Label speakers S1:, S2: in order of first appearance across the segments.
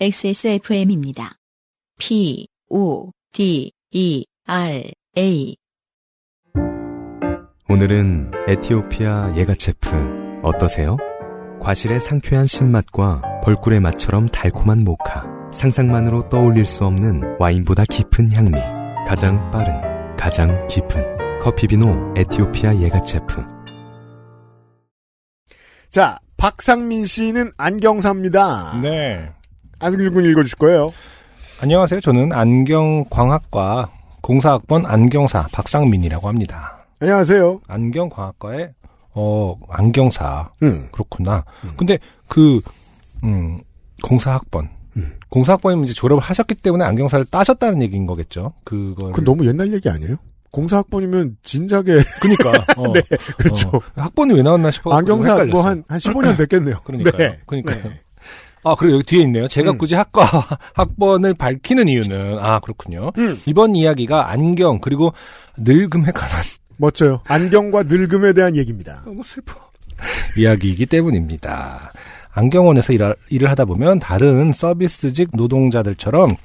S1: XSFM입니다. P, O, D, E, R, A.
S2: 오늘은 에티오피아 예가체프 어떠세요? 과실의 상쾌한 신맛과 벌꿀의 맛처럼 달콤한 모카. 상상만으로 떠올릴 수 없는 와인보다 깊은 향미. 가장 빠른, 가장 깊은 커피비노 에티오피아 예가체프.
S3: 자, 박상민 씨는 안경사입니다.
S4: 네.
S3: 안승준 군 읽어주실 거예요.
S4: 안녕하세요. 저는 안경광학과 공사학번 안경사 박상민이라고 합니다.
S3: 안녕하세요.
S4: 안경광학과의 어 안경사
S3: 음.
S4: 그렇구나. 근데 그 음, 공사학번
S3: 음.
S4: 공사학번이면 이제 졸업을 하셨기 때문에 안경사를 따셨다는 얘기인 거겠죠. 그거
S3: 그 너무 옛날 얘기 아니에요? 공사학번이면 진작에
S4: 그니까 음. 어,
S3: 네, 그렇죠.
S4: 어, 학번이 왜 나왔나 싶어
S3: 안경사 뭐한한 15년 됐겠네요.
S4: 그러니까요.
S3: 네.
S4: 그러니까요. 아, 그리고 여기 뒤에 있네요. 제가
S3: 음.
S4: 굳이 학과 학번을 밝히는 이유는 아, 그렇군요.
S3: 음.
S4: 이번 이야기가 안경 그리고 늙음에 관한
S3: 멋져요. 안경과 늙음에 대한 얘기입니다.
S4: 너무 슬퍼 이야기이기 때문입니다. 안경원에서 일을 하다 보면 다른 서비스직 노동자들처럼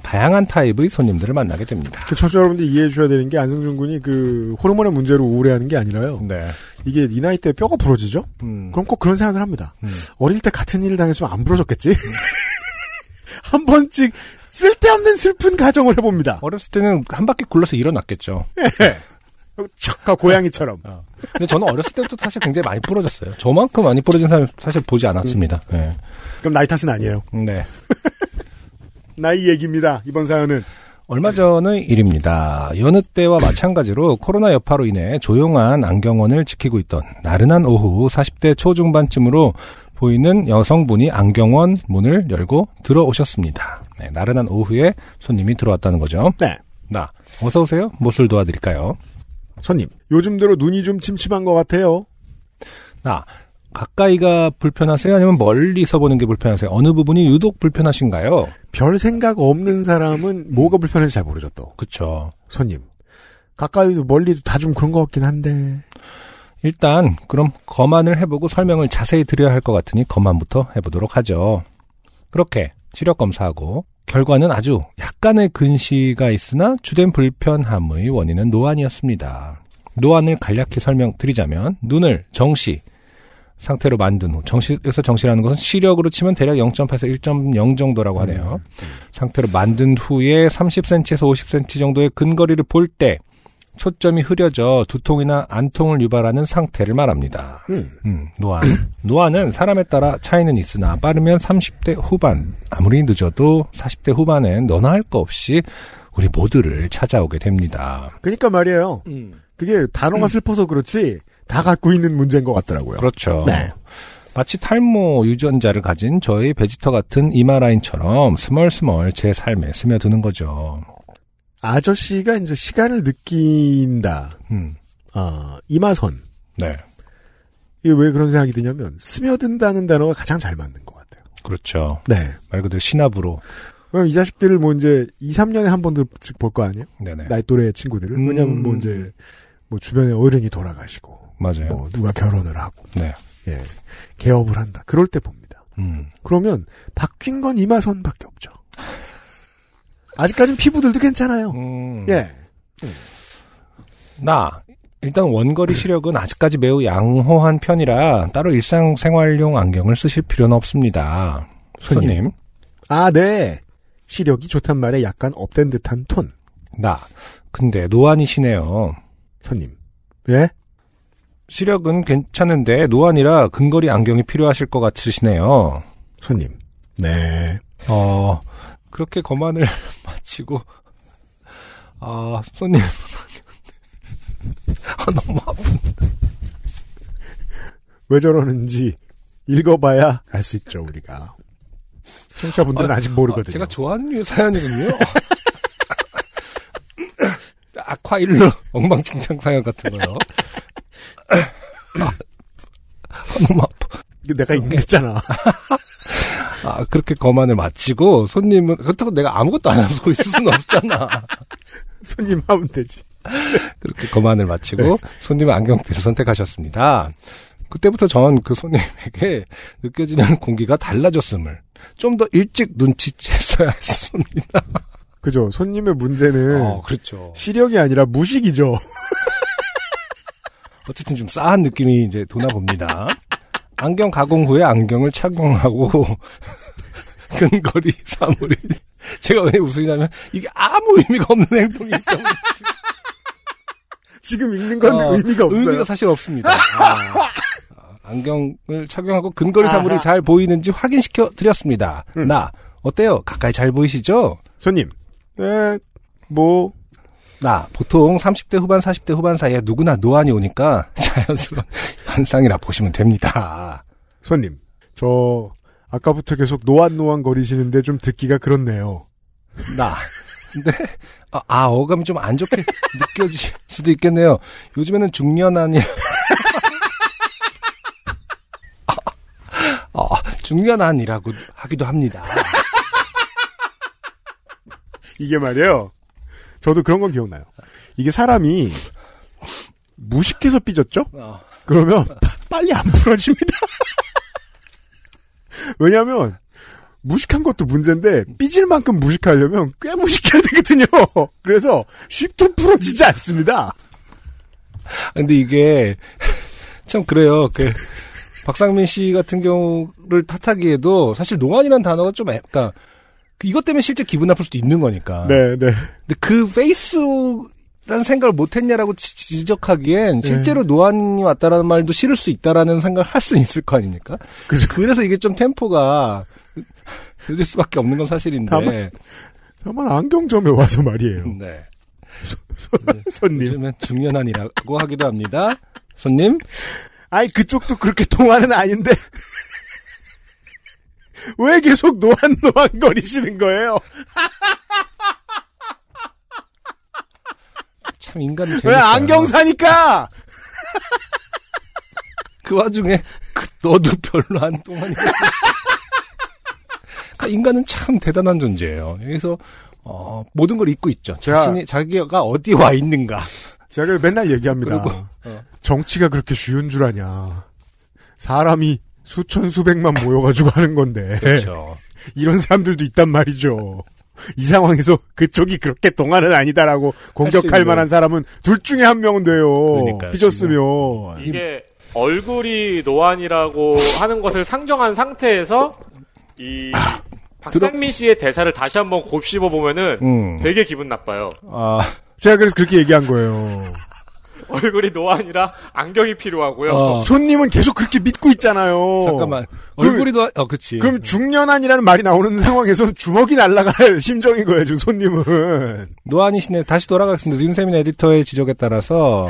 S4: 다양한 타입의 손님들을 만나게 됩니다.
S3: 그 청취자 여러분들 이해해 이 주셔야 되는 게 안승준 군이 그 호르몬의 문제로 우울해하는 게 아니라요.
S4: 네.
S3: 이게 이 나이 때 뼈가 부러지죠?
S4: 음,
S3: 그럼 꼭 그런 생각을 합니다.
S4: 음.
S3: 어릴 때 같은 일을 당했으면 안 부러졌겠지? 한 번씩 쓸데없는 슬픈 가정을 해봅니다.
S4: 어렸을 때는 한 바퀴 굴러서 일어났겠죠.
S3: 척가 고양이처럼.
S4: 근데 저는 어렸을 때부터 사실 굉장히 많이 부러졌어요. 저만큼 많이 부러진 사람 사실 보지 않았습니다. 네.
S3: 그럼 나이 탓은 아니에요.
S4: 네.
S3: 나이 얘기입니다. 이번 사연은.
S4: 얼마 전의 일입니다. 여느 때와 마찬가지로 코로나 여파로 인해 조용한 안경원을 지키고 있던 나른한 오후 40대 초중반쯤으로 보이는 여성분이 안경원 문을 열고 들어오셨습니다. 네, 나른한 오후에 손님이 들어왔다는 거죠.
S3: 네.
S4: 나, 어서 오세요. 무엇을 도와드릴까요?
S3: 손님. 요즘대로 눈이 좀 침침한 것 같아요.
S4: 나, 가까이가 불편하세요? 아니면 멀리서 보는 게 불편하세요? 어느 부분이 유독 불편하신가요?
S3: 별 생각 없는 사람은 뭐가 불편한지 잘 모르죠, 또.
S4: 그쵸.
S3: 손님. 가까이도 멀리도 다 좀 그런 것 같긴 한데.
S4: 일단 그럼 검안을 해보고 설명을 자세히 드려야 할 것 같으니 검안부터 해보도록 하죠. 그렇게 시력 검사하고 결과는 아주 약간의 근시가 있으나 주된 불편함의 원인은 노안이었습니다. 노안을 간략히 설명드리자면 눈을 정시 상태로 만든 후 정시에서 정시라는 것은 시력으로 치면 대략 0.8에서 1.0 정도라고 하네요. 상태로 만든 후에 30cm에서 50cm 정도의 근거리를 볼때 초점이 흐려져 두통이나 안통을 유발하는 상태를 말합니다.
S3: 음.
S4: 음, 노안. 노안은 사람에 따라 차이는 있으나 빠르면 30대 후반, 아무리 늦어도 40대 후반엔 너나 할 거 없이 우리 모두를 찾아오게 됩니다.
S3: 그니까 말이에요. 그게 단어가 슬퍼서 그렇지, 다 갖고 있는 문제인 것 같더라고요.
S4: 그렇죠.
S3: 네.
S4: 마치 탈모 유전자를 가진 저의 베지터 같은 이마라인처럼 스멀스멀 제 삶에 스며드는 거죠.
S3: 아저씨가 이제 시간을 느낀다.
S4: 음,
S3: 아, 이마선.
S4: 네.
S3: 이게 왜 그런 생각이 드냐면, 스며든다는 단어가 가장 잘 맞는 것 같아요.
S4: 그렇죠.
S3: 네.
S4: 말 그대로 신압으로.
S3: 그럼 이 자식들을 뭐 이제 2, 3년에 한 번씩 볼 거 아니에요?
S4: 네네.
S3: 나이 또래 친구들을.
S4: 음.
S3: 왜냐면 뭐 이제, 뭐 주변에 어른이 돌아가시고,
S4: 맞아요.
S3: 뭐 누가 결혼을 하고,
S4: 네.
S3: 예. 개업을 한다. 그럴 때 봅니다.
S4: 음,
S3: 그러면 바뀐 건 이마선밖에 없죠. 아직까진 피부들도 괜찮아요.
S4: 음.
S3: 예.
S4: 나 일단 원거리 시력은 아직까지 매우 양호한 편이라 따로 일상생활용 안경을 쓰실 필요는 없습니다.
S3: 손님.
S4: 손님,
S3: 아, 네. 시력이 좋단 말에 약간 업된 듯한 톤.
S4: 나 근데 노안이시네요.
S3: 손님. 예?
S4: 시력은 괜찮은데 노안이라 근거리 안경이 필요하실 것 같으시네요.
S3: 손님. 네.
S4: 어 그렇게 거만을 마치고 아 손님 아 너무 아파.
S3: 왜 저러는지 읽어봐야 알 수 있죠, 우리가. 청취자분들은
S4: 아,
S3: 아, 직 모르거든요.
S4: 아, 제가 좋아하는 류 사연이군요. 아콰일로 엉망진창 사연 같은 거요. 아, 너무 아파.
S3: 이게 내가 읽겠잖아.
S4: 아, 그렇게 거만을 마치고 손님은 그렇다고 내가 아무것도 안 하고 있을 수는 없잖아.
S3: 손님 하면 되지. 네.
S4: 그렇게 거만을 마치고 손님은 안경들을 선택하셨습니다. 그때부터 전 그 손님에게 느껴지는 공기가 달라졌음을 좀 더 일찍 눈치챘어야 했습니다.
S3: 그죠. 손님의 문제는
S4: 어, 그렇죠.
S3: 시력이 아니라 무식이죠.
S4: 어쨌든 좀 싸한 느낌이 이제 도나 봅니다. 안경 가공 후에 안경을 착용하고 근거리 사물이 제가 왜 웃으냐면 이게 아무 의미가 없는 행동이 있죠.
S3: 지금 읽는 건
S4: 어,
S3: 의미가 없어요.
S4: 의미가 사실 없습니다. 아, 아, 안경을 착용하고 근거리 사물이
S1: 아하.
S4: 잘 보이는지 확인시켜 드렸습니다.
S3: 음.
S4: 나 어때요? 가까이 잘 보이시죠?
S3: 손님. 예, 뭐,
S4: 나 보통 30대 후반 40대 후반 사이에 누구나 노안이 오니까 자연스러운 현상이라 보시면 됩니다.
S3: 손님. 저, 아까부터 계속 노안노안 거리시는데 좀 듣기가 그렇네요.
S4: 나. 근데 아, 아, 어감이 좀 안 좋게 느껴질 수도 있겠네요. 요즘에는 중년안이 아, 아, 중년안이라고 하기도 합니다.
S3: 이게 말이에요. 저도 그런 건 기억나요. 이게 사람이 무식해서 삐졌죠?
S4: 어,
S3: 그러면 빨리 안 풀어집니다. 왜냐하면 무식한 것도 문제인데 삐질 만큼 무식하려면 꽤 무식해야 되거든요. 그래서 쉽게 풀어지지 않습니다.
S4: 근데 이게 참 그래요. 그 박상민 씨 같은 경우를 탓하기에도 사실 노안이라는 단어가 좀 애- 그러니까 그 이것 때문에 실제 기분 나쁠 수도 있는 거니까.
S3: 네, 네.
S4: 근데 그 페이스라는 생각을 못했냐라고 지- 지적하기엔
S3: 네.
S4: 실제로 노안이 왔다라는 말도 싫을 수 있다라는 생각을 할 수 있을 거 아닙니까?
S3: 그죠.
S4: 래서 이게 좀 템포가 늦을 수밖에 없는 건 사실인데.
S3: 다만- 다만 안경점에 와서 말이에요.
S4: 네.
S3: 손님.
S4: 요즘엔 중년안이라고 하기도 합니다. 손님,
S3: 아이 그쪽도 그렇게 동안은 아닌데 왜 계속 노안노안 거리시는 거예요?
S4: 참 인간이 재밌어요.
S3: 왜 안경 사니까?
S4: 그 와중에 그 너도 별로 안 동안이야. 그러니까 인간은 참 대단한 존재예요. 여기서 어, 모든 걸 잊고 있죠.
S3: 제가-
S4: 자신이 자기가 어디 와 있는가.
S3: 제가 맨날 얘기합니다.
S4: 그리고, 어.
S3: 정치가 그렇게 쉬운 줄 아냐. 사람이 수천 수백만 모여가지고 하는 건데
S4: 그렇죠.
S3: 이런 사람들도 있단 말이죠. 이 상황에서 그쪽이 그렇게 동안은 아니다라고 공격할
S4: 있는.
S3: 만한 사람은 둘 중에 한 명은 돼요.
S4: 그러니까요,
S3: 삐졌으면
S5: 이게 얼굴이 노안이라고 하는 것을 상정한 상태에서 이
S4: 아,
S5: 박상민 씨의 대사를 다시 한번 곱씹어 보면은
S4: 음.
S5: 되게 기분 나빠요.
S4: 아,
S3: 제가 그래서 그렇게 얘기한 거예요.
S5: 얼굴이 노안이라 안경이 필요하고요.
S4: 어,
S3: 손님은 계속 그렇게 믿고 있잖아요.
S4: 잠깐만.
S3: 어. 그럼-
S4: 얼굴이 더, 어, 그치.
S3: 그럼 중년한이라는 말이 나오는 상황에서 주먹이 날아갈 심정인 거예요, 지금 손님은.
S4: 노안이시네. 다시 돌아가겠습니다. 윤세민 에디터의 지적에 따라서.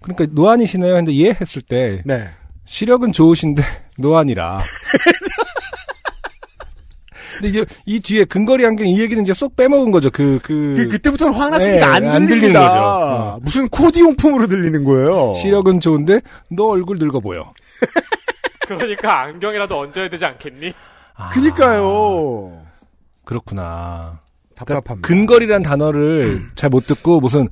S4: 그러니까 노안이시네요. 근데 이해했을 때.
S3: 네.
S4: 시력은 좋으신데, 노안이라. 근데 이제 이 뒤에 근거리 안경 이 얘기는 이제 쏙 빼먹은 거죠. 그, 그.
S3: 그, 그때부터는 화났으니까
S4: 네,
S3: 안
S4: 안 들리는
S3: 들립니다. 어.
S4: 거죠.
S3: 무슨 코디용품으로 들리는 거예요.
S4: 시력은 좋은데, 너 얼굴 늙어 보여.
S5: 그러니까 안경이라도 얹어야 되지 않겠니?
S3: 아, 그니까요. 그러니까
S4: 그렇구나.
S3: 답답합니다.
S4: 근거리란 단어를
S3: 음.
S4: 잘 못 듣고 무슨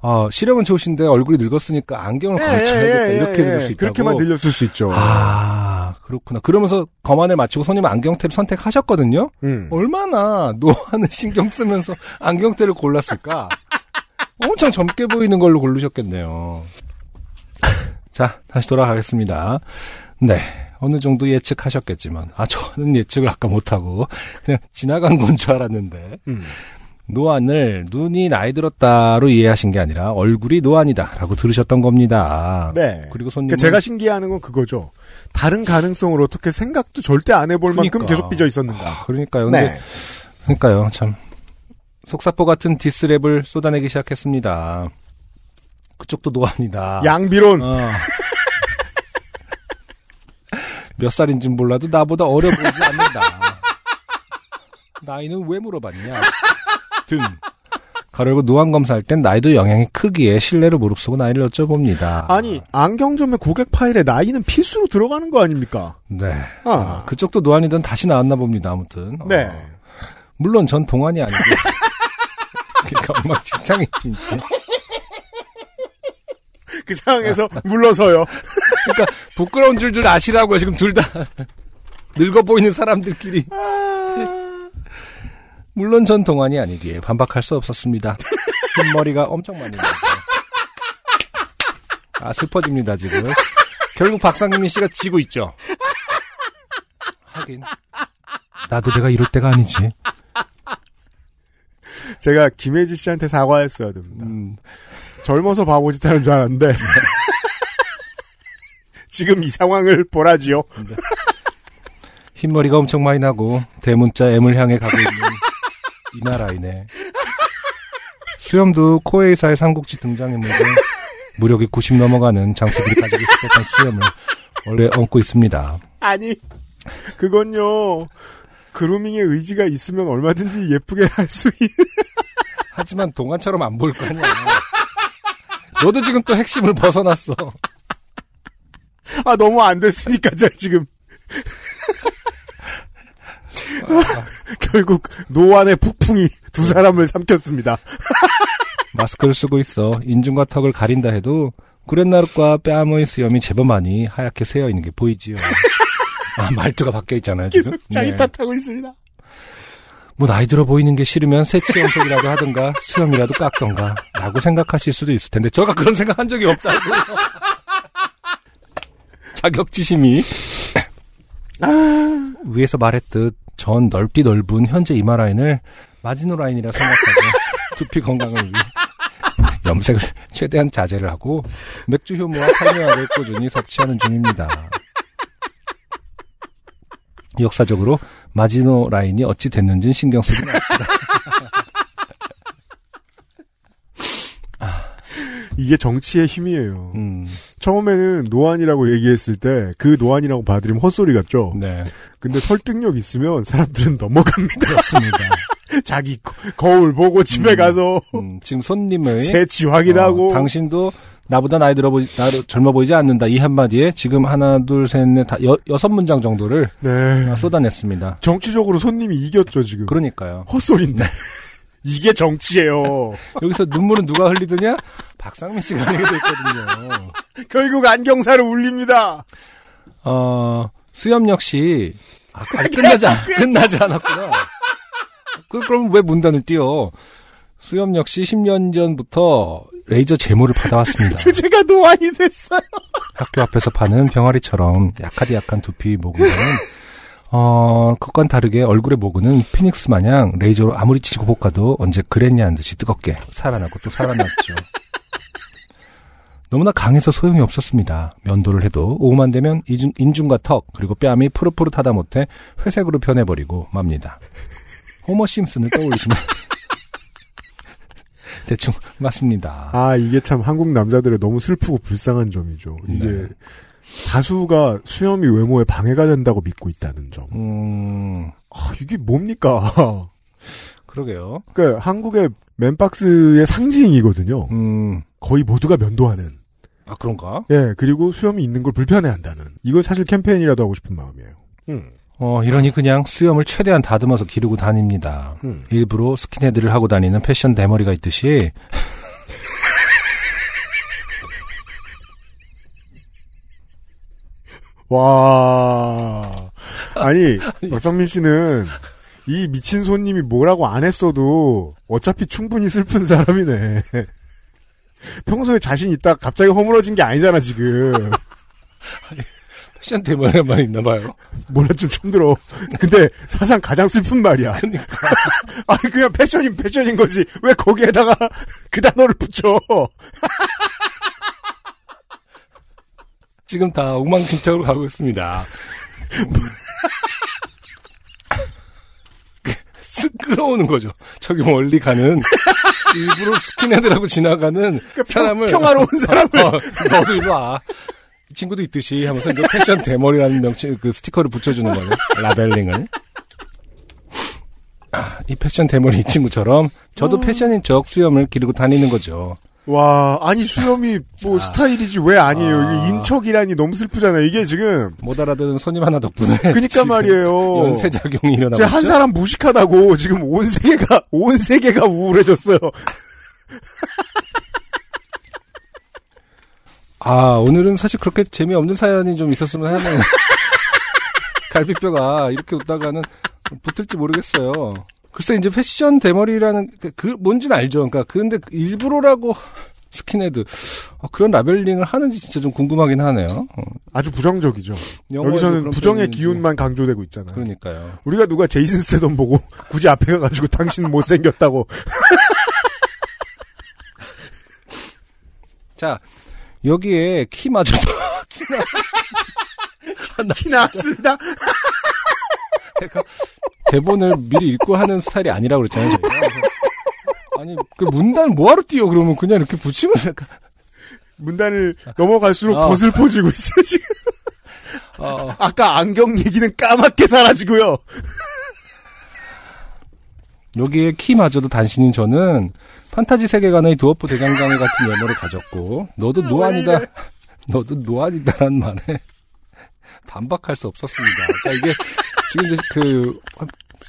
S4: 어, 시력은 좋으신데 얼굴이 늙었으니까
S3: 예,
S4: 안경을 걸쳐야겠다 아, 이렇게 들을 수 있다고.
S3: 그렇게만 들렸을 수 있죠.
S4: 아 그렇구나. 그러면서 검안을 마치고 손님 안경탭 선택하셨거든요.
S3: 음.
S4: 얼마나 노안을 신경 쓰면서 안경테를 골랐을까? 엄청 젊게 보이는 걸로 고르셨겠네요. 자, 다시 돌아가겠습니다. 네. 어느 정도 예측하셨겠지만, 아, 저는 예측을 아까 못하고, 그냥 지나간 건 줄 알았는데,
S3: 음.
S4: 노안을 눈이 나이 들었다로 이해하신 게 아니라, 얼굴이 노안이다, 라고 들으셨던 겁니다.
S3: 네.
S4: 그리고
S3: 그러니까
S4: 손님은.
S3: 제가 신기해하는 건 그거죠. 다른 가능성을 어떻게 생각도 절대 안 해볼 만큼
S4: 그러니까.
S3: 계속 삐져 있었는가.
S4: 아, 그러니까요. 근데
S3: 네.
S4: 그러니까요, 참. 속사포 같은 디스랩을 쏟아내기 시작했습니다. 그쪽도 노안이다.
S3: 양비론.
S4: 어. 몇 살인진 몰라도 나보다 어려 보이지 않는다. 나이는 왜 물어봤냐? 등. 가려고 노안 검사할 땐 나이도 영향이 크기에 신뢰를 무릅쓰고 나이를 여쭤봅니다.
S3: 아니, 안경점의 고객 파일에 나이는 필수로 들어가는 거 아닙니까?
S4: 네.
S3: 아.
S4: 그쪽도 노안이든 다시 나왔나 봅니다, 아무튼.
S3: 네.
S4: 어. 물론 전 동안이 아니고. 그러니까 엉망진창이지, 이제. 아.
S3: 그 상황에서 물러서요.
S4: 부끄러운 줄줄 아시라고요. 지금 둘 다 늙어 보이는 사람들끼리. 물론 전 동안이 아니기에 반박할 수 없었습니다. 흰머리가 엄청 많이 나요. 아 슬퍼집니다 지금. 결국 박상민 씨가 지고 있죠. 하긴 나도 내가 이럴 때가 아니지.
S3: 제가 김혜지 씨한테 사과했어야 됩니다.
S4: 음,
S3: 젊어서 바보짓 하는 줄 알았는데. 지금 이 상황을 보라지요.
S4: 흰머리가 엄청 많이 나고 대문자 M을 향해 가고 있는 이 나라이네. 수염도 코에이사의 삼국지 등장인물로 무력이 90 넘어가는 장수들이 가지고 있었던 수염을 원래 얹고 있습니다.
S3: 아니, 그건요. 그루밍의 의지가 있으면 얼마든지 예쁘게 할 수 있.
S4: 하지만 동안처럼 안 보일 거 아니야. 너도 지금 또 핵심을 벗어났어.
S3: 아 너무 안 됐으니까 저 지금. 결국 노안의 폭풍이 두 사람을 삼켰습니다.
S4: 마스크를 쓰고 있어 인중과 턱을 가린다 해도 구렛나룻과 뺨의 수염이 제법 많이 하얗게 새어 있는 게 보이지요. 아, 말투가 바뀌어 있잖아요, 지금.
S3: 계속 자기
S4: 네.
S3: 탓하고 있습니다.
S4: 뭐 나이 들어 보이는 게 싫으면 새치 염색이라도 하든가 수염이라도 깎던가 라고 생각하실 수도 있을 텐데 제가 그런 생각 한 적이 없다고 자격지심이 위에서 말했듯 전 넓디 넓은 현재 이마 라인을 마지노 라인이라 생각하고 두피 건강을 위해 염색을 최대한 자제를 하고 맥주 효모와 카메아를 꾸준히 섭취하는 중입니다. 역사적으로 마지노 라인이 어찌 됐는지는 신경 쓰지 맙시다.
S3: 이게 정치의 힘이에요.
S4: 음,
S3: 처음에는 노안이라고 얘기했을 때 그 노안이라고 받아들이면 헛소리 같죠.
S4: 네,
S3: 근데 설득력 있으면 사람들은 넘어갑니다.
S4: 그렇습니다.
S3: 자기 거- 거울 보고 집에
S4: 음.
S3: 가서
S4: 음, 지금 손님의
S3: 새치 확인하고
S4: 어, 당신도 나보다 나이 들어 보이 나 젊어 보이지 않는다 이 한마디에 지금 하나 둘셋넷다 여섯 문장 정도를
S3: 네.
S4: 쏟아냈습니다.
S3: 정치적으로 손님이 이겼죠 지금.
S4: 그러니까요.
S3: 헛소리인데. 이게 정치예요.
S4: 여기서 눈물은 누가 흘리드냐? 박상민 씨가 흘리게 됐거든요.
S3: 결국 안경사를 울립니다.
S4: 어, 수염 역시 아, 아직 끝나지 않, 끝나지 않았구나. 그, 그럼 왜 문단을 띄어? 수염 역시 10년 전부터 레이저 제모를 받아왔습니다.
S3: 주제가 노안이 됐어요.
S4: 학교 앞에서 파는 병아리처럼 약하디 약한 두피 모근은 어, 그건 다르게 얼굴의 모근은 피닉스 마냥 레이저로 아무리 치고 볶아도 언제 그랬냐는 듯이 뜨겁게 살아나고 또 살아났죠. 너무나 강해서 소용이 없었습니다. 면도를 해도 오후만 되면 이중, 인중과 턱 그리고 뺨이 푸릇푸릇하다 못해 회색으로 변해버리고 맙니다. 호머 심슨을 떠올리시면 대충 맞습니다.
S3: 아 이게 참 한국 남자들의 너무 슬프고 불쌍한 점이죠. 이게
S4: 네.
S3: 다수가 수염이 외모에 방해가 된다고 믿고 있다는 점.
S4: 음
S3: 아, 이게 뭡니까?
S4: 그러게요.
S3: 그러니까 한국의 맨박스의 상징이거든요.
S4: 음
S3: 거의 모두가 면도하는.
S4: 아 그런가?
S3: 예, 그리고 수염이 있는 걸 불편해한다는. 이건 사실 캠페인이라도 하고 싶은 마음이에요. 음,
S4: 어 이러니 그냥 수염을 최대한 다듬어서 기르고 다닙니다.
S3: 음.
S4: 일부러 스킨헤드를 하고 다니는 패션 대머리가 있듯이
S3: 와. 아니, 박성민 씨는 이 미친 손님이 뭐라고 안 했어도 어차피 충분히 슬픈 사람이네. 평소에 자신 있다 갑자기 허물어진 게 아니잖아, 지금.
S4: 패션 대머리란 말이 있나 봐요.
S3: 몰라, 좀 처음 들어. 근데 사상 가장 슬픈 말이야.
S4: 그러니까.
S3: 아 그냥 패션인 패션인 거지. 왜 거기에다가 그 단어를 붙여.
S4: 지금 다 엉망진창으로 가고 있습니다. 그, 쓱 끌어오는 거죠. 저기 멀리 가는 일부러 스킨헤드라고 지나가는 사람을
S3: 그러니까 평화로운 사람을.
S4: 어, 너도 이리 와. 이 친구도 있듯이 하면서 이제 패션 대머리라는 명칭 그 스티커를 붙여주는 거예요. 라벨링을. 아, 이 패션 대머리 이 친구처럼
S3: 아.
S4: 저도 패션인 척 수염을 기르고 다니는 거죠.
S3: 와, 아니 수염이 뭐 스타일이지 왜 아니에요?
S4: 아.
S3: 이게 인척이라니 너무 슬프잖아요. 이게 지금.
S4: 못 알아듣는 손님 하나 덕분에.
S3: 그니까
S4: 지금
S3: 말이에요.
S4: 연쇄작용이 일어나고
S3: 제한
S4: 있죠.
S3: 사람 무식하다고 지금 온 세계가 온 세계가 우울해졌어요.
S4: 아 아, 오늘은 사실 그렇게 재미없는 사연이 좀 있었으면 하는 갈비뼈가 이렇게 웃다가는 붙을지 모르겠어요. 글쎄 이제 패션 대머리라는 그- 그 뭔지는 알죠. 그러니까 근데 일부러라고 스킨헤드 아, 그런 라벨링을 하는지 진짜 좀 궁금하긴 하네요. 어,
S3: 아주 부정적이죠.
S4: 영어에도
S3: 여기서는
S4: 그런
S3: 부정의
S4: 표현이
S3: 기운만 강조되고 있잖아요.
S4: 있는지. 그러니까요.
S3: 우리가 누가 제이슨 스테돈 보고 굳이 앞에 가가지고 당신 못생겼다고
S4: 자 여기에 키 맞아.
S3: 키 나왔습니다.
S4: 대본을 미리 읽고 하는 스타일이 아니라고 그랬잖아요. 저희가. 그래서 아니 그 문단 뭐하러 띄워 그러면 그냥 이렇게 붙이면 약간
S3: 문단을 넘어갈수록
S4: 아.
S3: 더 슬퍼지고 있어요, 지금.
S4: 어,
S3: 아까 안경 얘기는 까맣게 사라지고요.
S4: 여기에 키마저도 단신인 저는 판타지 세계관의 두어프 대장장이 같은 외모를 가졌고 너도 노안이다 너도 노안이다란 말에 반박할 수 없었습니다. 그러니까 이게 지금 이제 그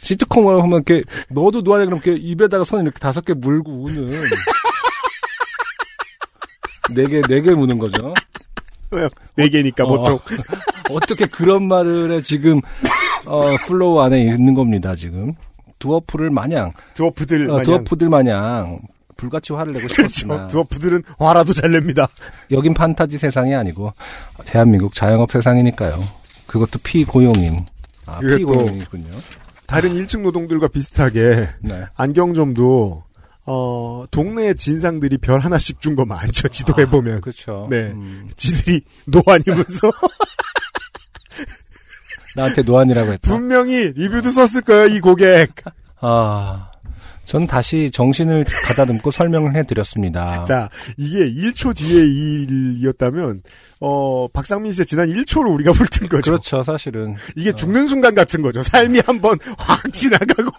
S4: 시트콤을 하면 이렇게 너도 노안이 그럼 이렇게 입에다가 손 이렇게 다섯 개 물고 우는 네개네 개 무는 거죠.
S3: 왜요? 네 개니까
S4: 어.
S3: 보통.
S4: 어떻게 그런 말을 해, 지금 어, 플로우 안에 있는 겁니다 지금 두어프를 마냥
S3: 드워프들.
S4: 어,
S3: 마냥.
S4: 두어프들 마냥 불같이 화를 내고
S3: 그렇죠.
S4: 싶었지만
S3: 드워프들은 화라도 잘 냅니다.
S4: 여긴 판타지 세상이 아니고 대한민국 자영업 세상이니까요. 그것도 피고용인. 아,
S3: 그게 또-
S4: 피고용이군요. 아.
S3: 다른 1층 노동들과 비슷하게
S4: 네.
S3: 안경점도 어 동네의 진상들이 별 하나씩 준 거 많죠. 지도해 보면
S4: 그렇죠.
S3: 네.
S4: 음,
S3: 지들이 노안이면서
S4: 나한테 노안이라고 했다.
S3: 분명히 리뷰도 썼을 거예요. 이 고객.
S4: 아. 전 다시 정신을 가다듬고 설명을 해드렸습니다.
S3: 자 이게 1초 뒤의 일이었다면 어 박상민 씨의 지난 1초를 우리가 훑은 거죠.
S4: 그렇죠, 네. 사실은.
S3: 이게 죽는 순간 같은 거죠. 삶이 한번 확 지나가고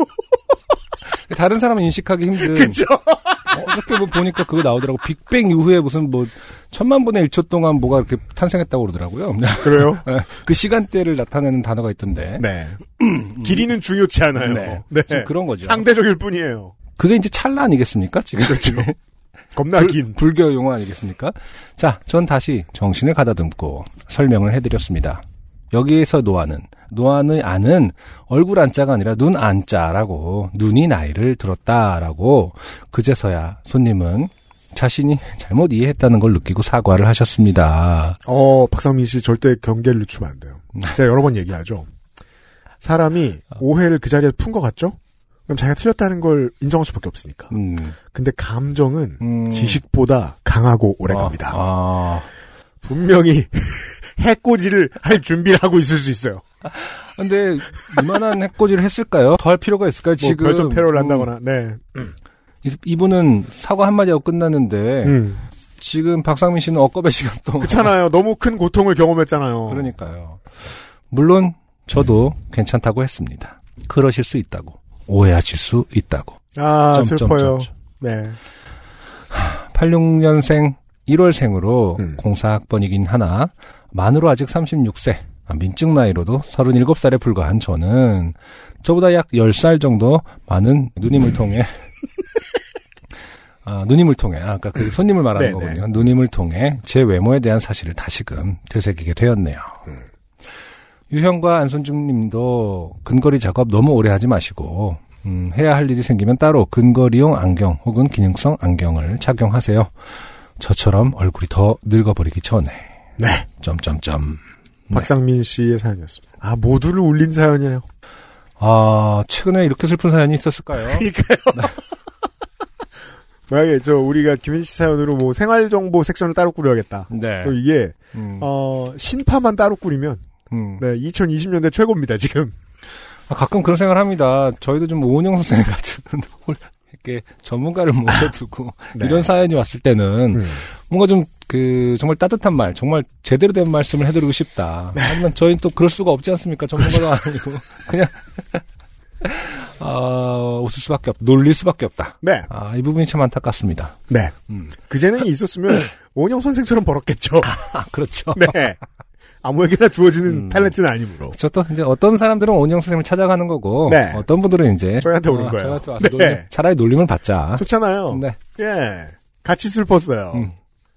S4: 다른 사람은 인식하기 힘든.
S3: 그죠.
S4: 어저께 뭐 보니까 그거 나오더라고. 빅뱅 이후에 무슨 뭐, 천만 분의 1초 동안 뭐가 이렇게 탄생했다고 그러더라고요.
S3: 그래요.
S4: 그 시간대를 나타내는 단어가 있던데.
S3: 네. 길이는 중요치 않아요.
S4: 음. 네.
S3: 네.
S4: 지금 그런 거죠.
S3: 상대적일 뿐이에요.
S4: 그게 이제 찰나 아니겠습니까? 지금.
S3: 그렇죠. 그, 겁나
S4: 불,
S3: 긴.
S4: 불교 용어 아니겠습니까? 자, 전 다시 정신을 가다듬고 설명을 해드렸습니다. 여기에서 노안은 노안의 안은 얼굴 안자가 아니라 눈 안자라고 눈이 나이를 들었다라고 그제서야 손님은 자신이 잘못 이해했다는 걸 느끼고 사과를 하셨습니다.
S3: 어, 박상민 씨 절대 경계를 늦추면 안 돼요.
S4: 네.
S3: 제가 여러 번 얘기하죠. 사람이
S4: 어.
S3: 오해를 그 자리에 푼 것 같죠? 그럼 자기가 틀렸다는 걸 인정할 수밖에 없으니까.
S4: 음,
S3: 근데 감정은
S4: 음.
S3: 지식보다 강하고 오래갑니다.
S4: 아,
S3: 분명히 해코지를 할 준비를 하고 있을 수 있어요. 뭐
S4: 아. 근데 이만한 해코지를 했을까요? 더 할 필요가 있을까요?
S3: 뭐
S4: 지금
S3: 별점 테러를
S4: 음,
S3: 한다거나. 네.
S4: 이- 이분은 사과 한마디 하고 끝났는데
S3: 음.
S4: 지금 박상민 씨는 억겁의 시간 동안
S3: 그렇잖아요. 너무 큰 고통을 경험했잖아요.
S4: 그러니까요. 물론 저도 괜찮다고 했습니다. 그러실 수 있다고. 오해하실 수 있다고.
S3: 아,
S4: 점점점점.
S3: 슬퍼요. 네.
S4: 86년생 1월생으로
S3: 음.
S4: 공사학번이긴 하나 만으로 아직 36세 아, 민증 나이로도 37살에 불과한 저는 저보다 약 10살 정도 많은 누님을 통해 아, 누님을 통해 아, 아까 그 손님을 말하는
S3: 네네.
S4: 거군요. 누님을 통해 제 외모에 대한 사실을 다시금 되새기게 되었네요.
S3: 음.
S4: 유형과 안선중님도 근거리 작업 너무 오래 하지 마시고 음, 해야 할 일이 생기면 따로 근거리용 안경 혹은 기능성 안경을 착용하세요. 저처럼 얼굴이 더 늙어버리기 전에.
S3: 네.
S4: 점점점.
S3: 박상민 씨의 사연이었습니다. 아, 모두를 울린 사연이에요.
S4: 아 최근에 이렇게 슬픈 사연이 있었을까요?
S3: 만약에 아, 예, 저 우리가 김민 씨 사연으로 뭐 생활 정보 섹션을 따로 꾸려야겠다.
S4: 네.
S3: 또 이게
S4: 음,
S3: 어 신파만 따로 꾸리면
S4: 음.
S3: 네 2020년대 최고입니다 지금.
S4: 아, 가끔 그런 생각을 합니다. 저희도 좀 오은영 선생님 같은 홀- 이렇게 전문가를 모셔두고
S3: 네.
S4: 이런 사연이 왔을 때는
S3: 음.
S4: 뭔가 좀 그 정말 따뜻한 말, 정말 제대로 된 말씀을 해드리고 싶다.
S3: 네.
S4: 하지만 저희는 또 그럴 수가 없지 않습니까? 전문가도
S3: 그렇죠.
S4: 아니고 그냥 아, 웃을 수밖에 없, 놀릴 수밖에 없다.
S3: 네,
S4: 아, 이 부분이 참 안타깝습니다.
S3: 네.
S4: 음.
S3: 그 재능이 있었으면 원영 선생처럼 벌었겠죠.
S4: 아, 그렇죠.
S3: 네. 아무에게나 주어지는
S4: 음.
S3: 탤런트는 아니므로.
S4: 저 또 이제 어떤 사람들은 온영 선생님을 찾아가는 거고
S3: 네.
S4: 어떤 분들은 이제
S3: 저희한테 오는 거예요.
S4: 저희한테 와서
S3: 네.
S4: 놀림- 차라리 놀림을 받자.
S3: 좋잖아요.
S4: 네.
S3: 예, 같이 슬펐어요.
S4: 음.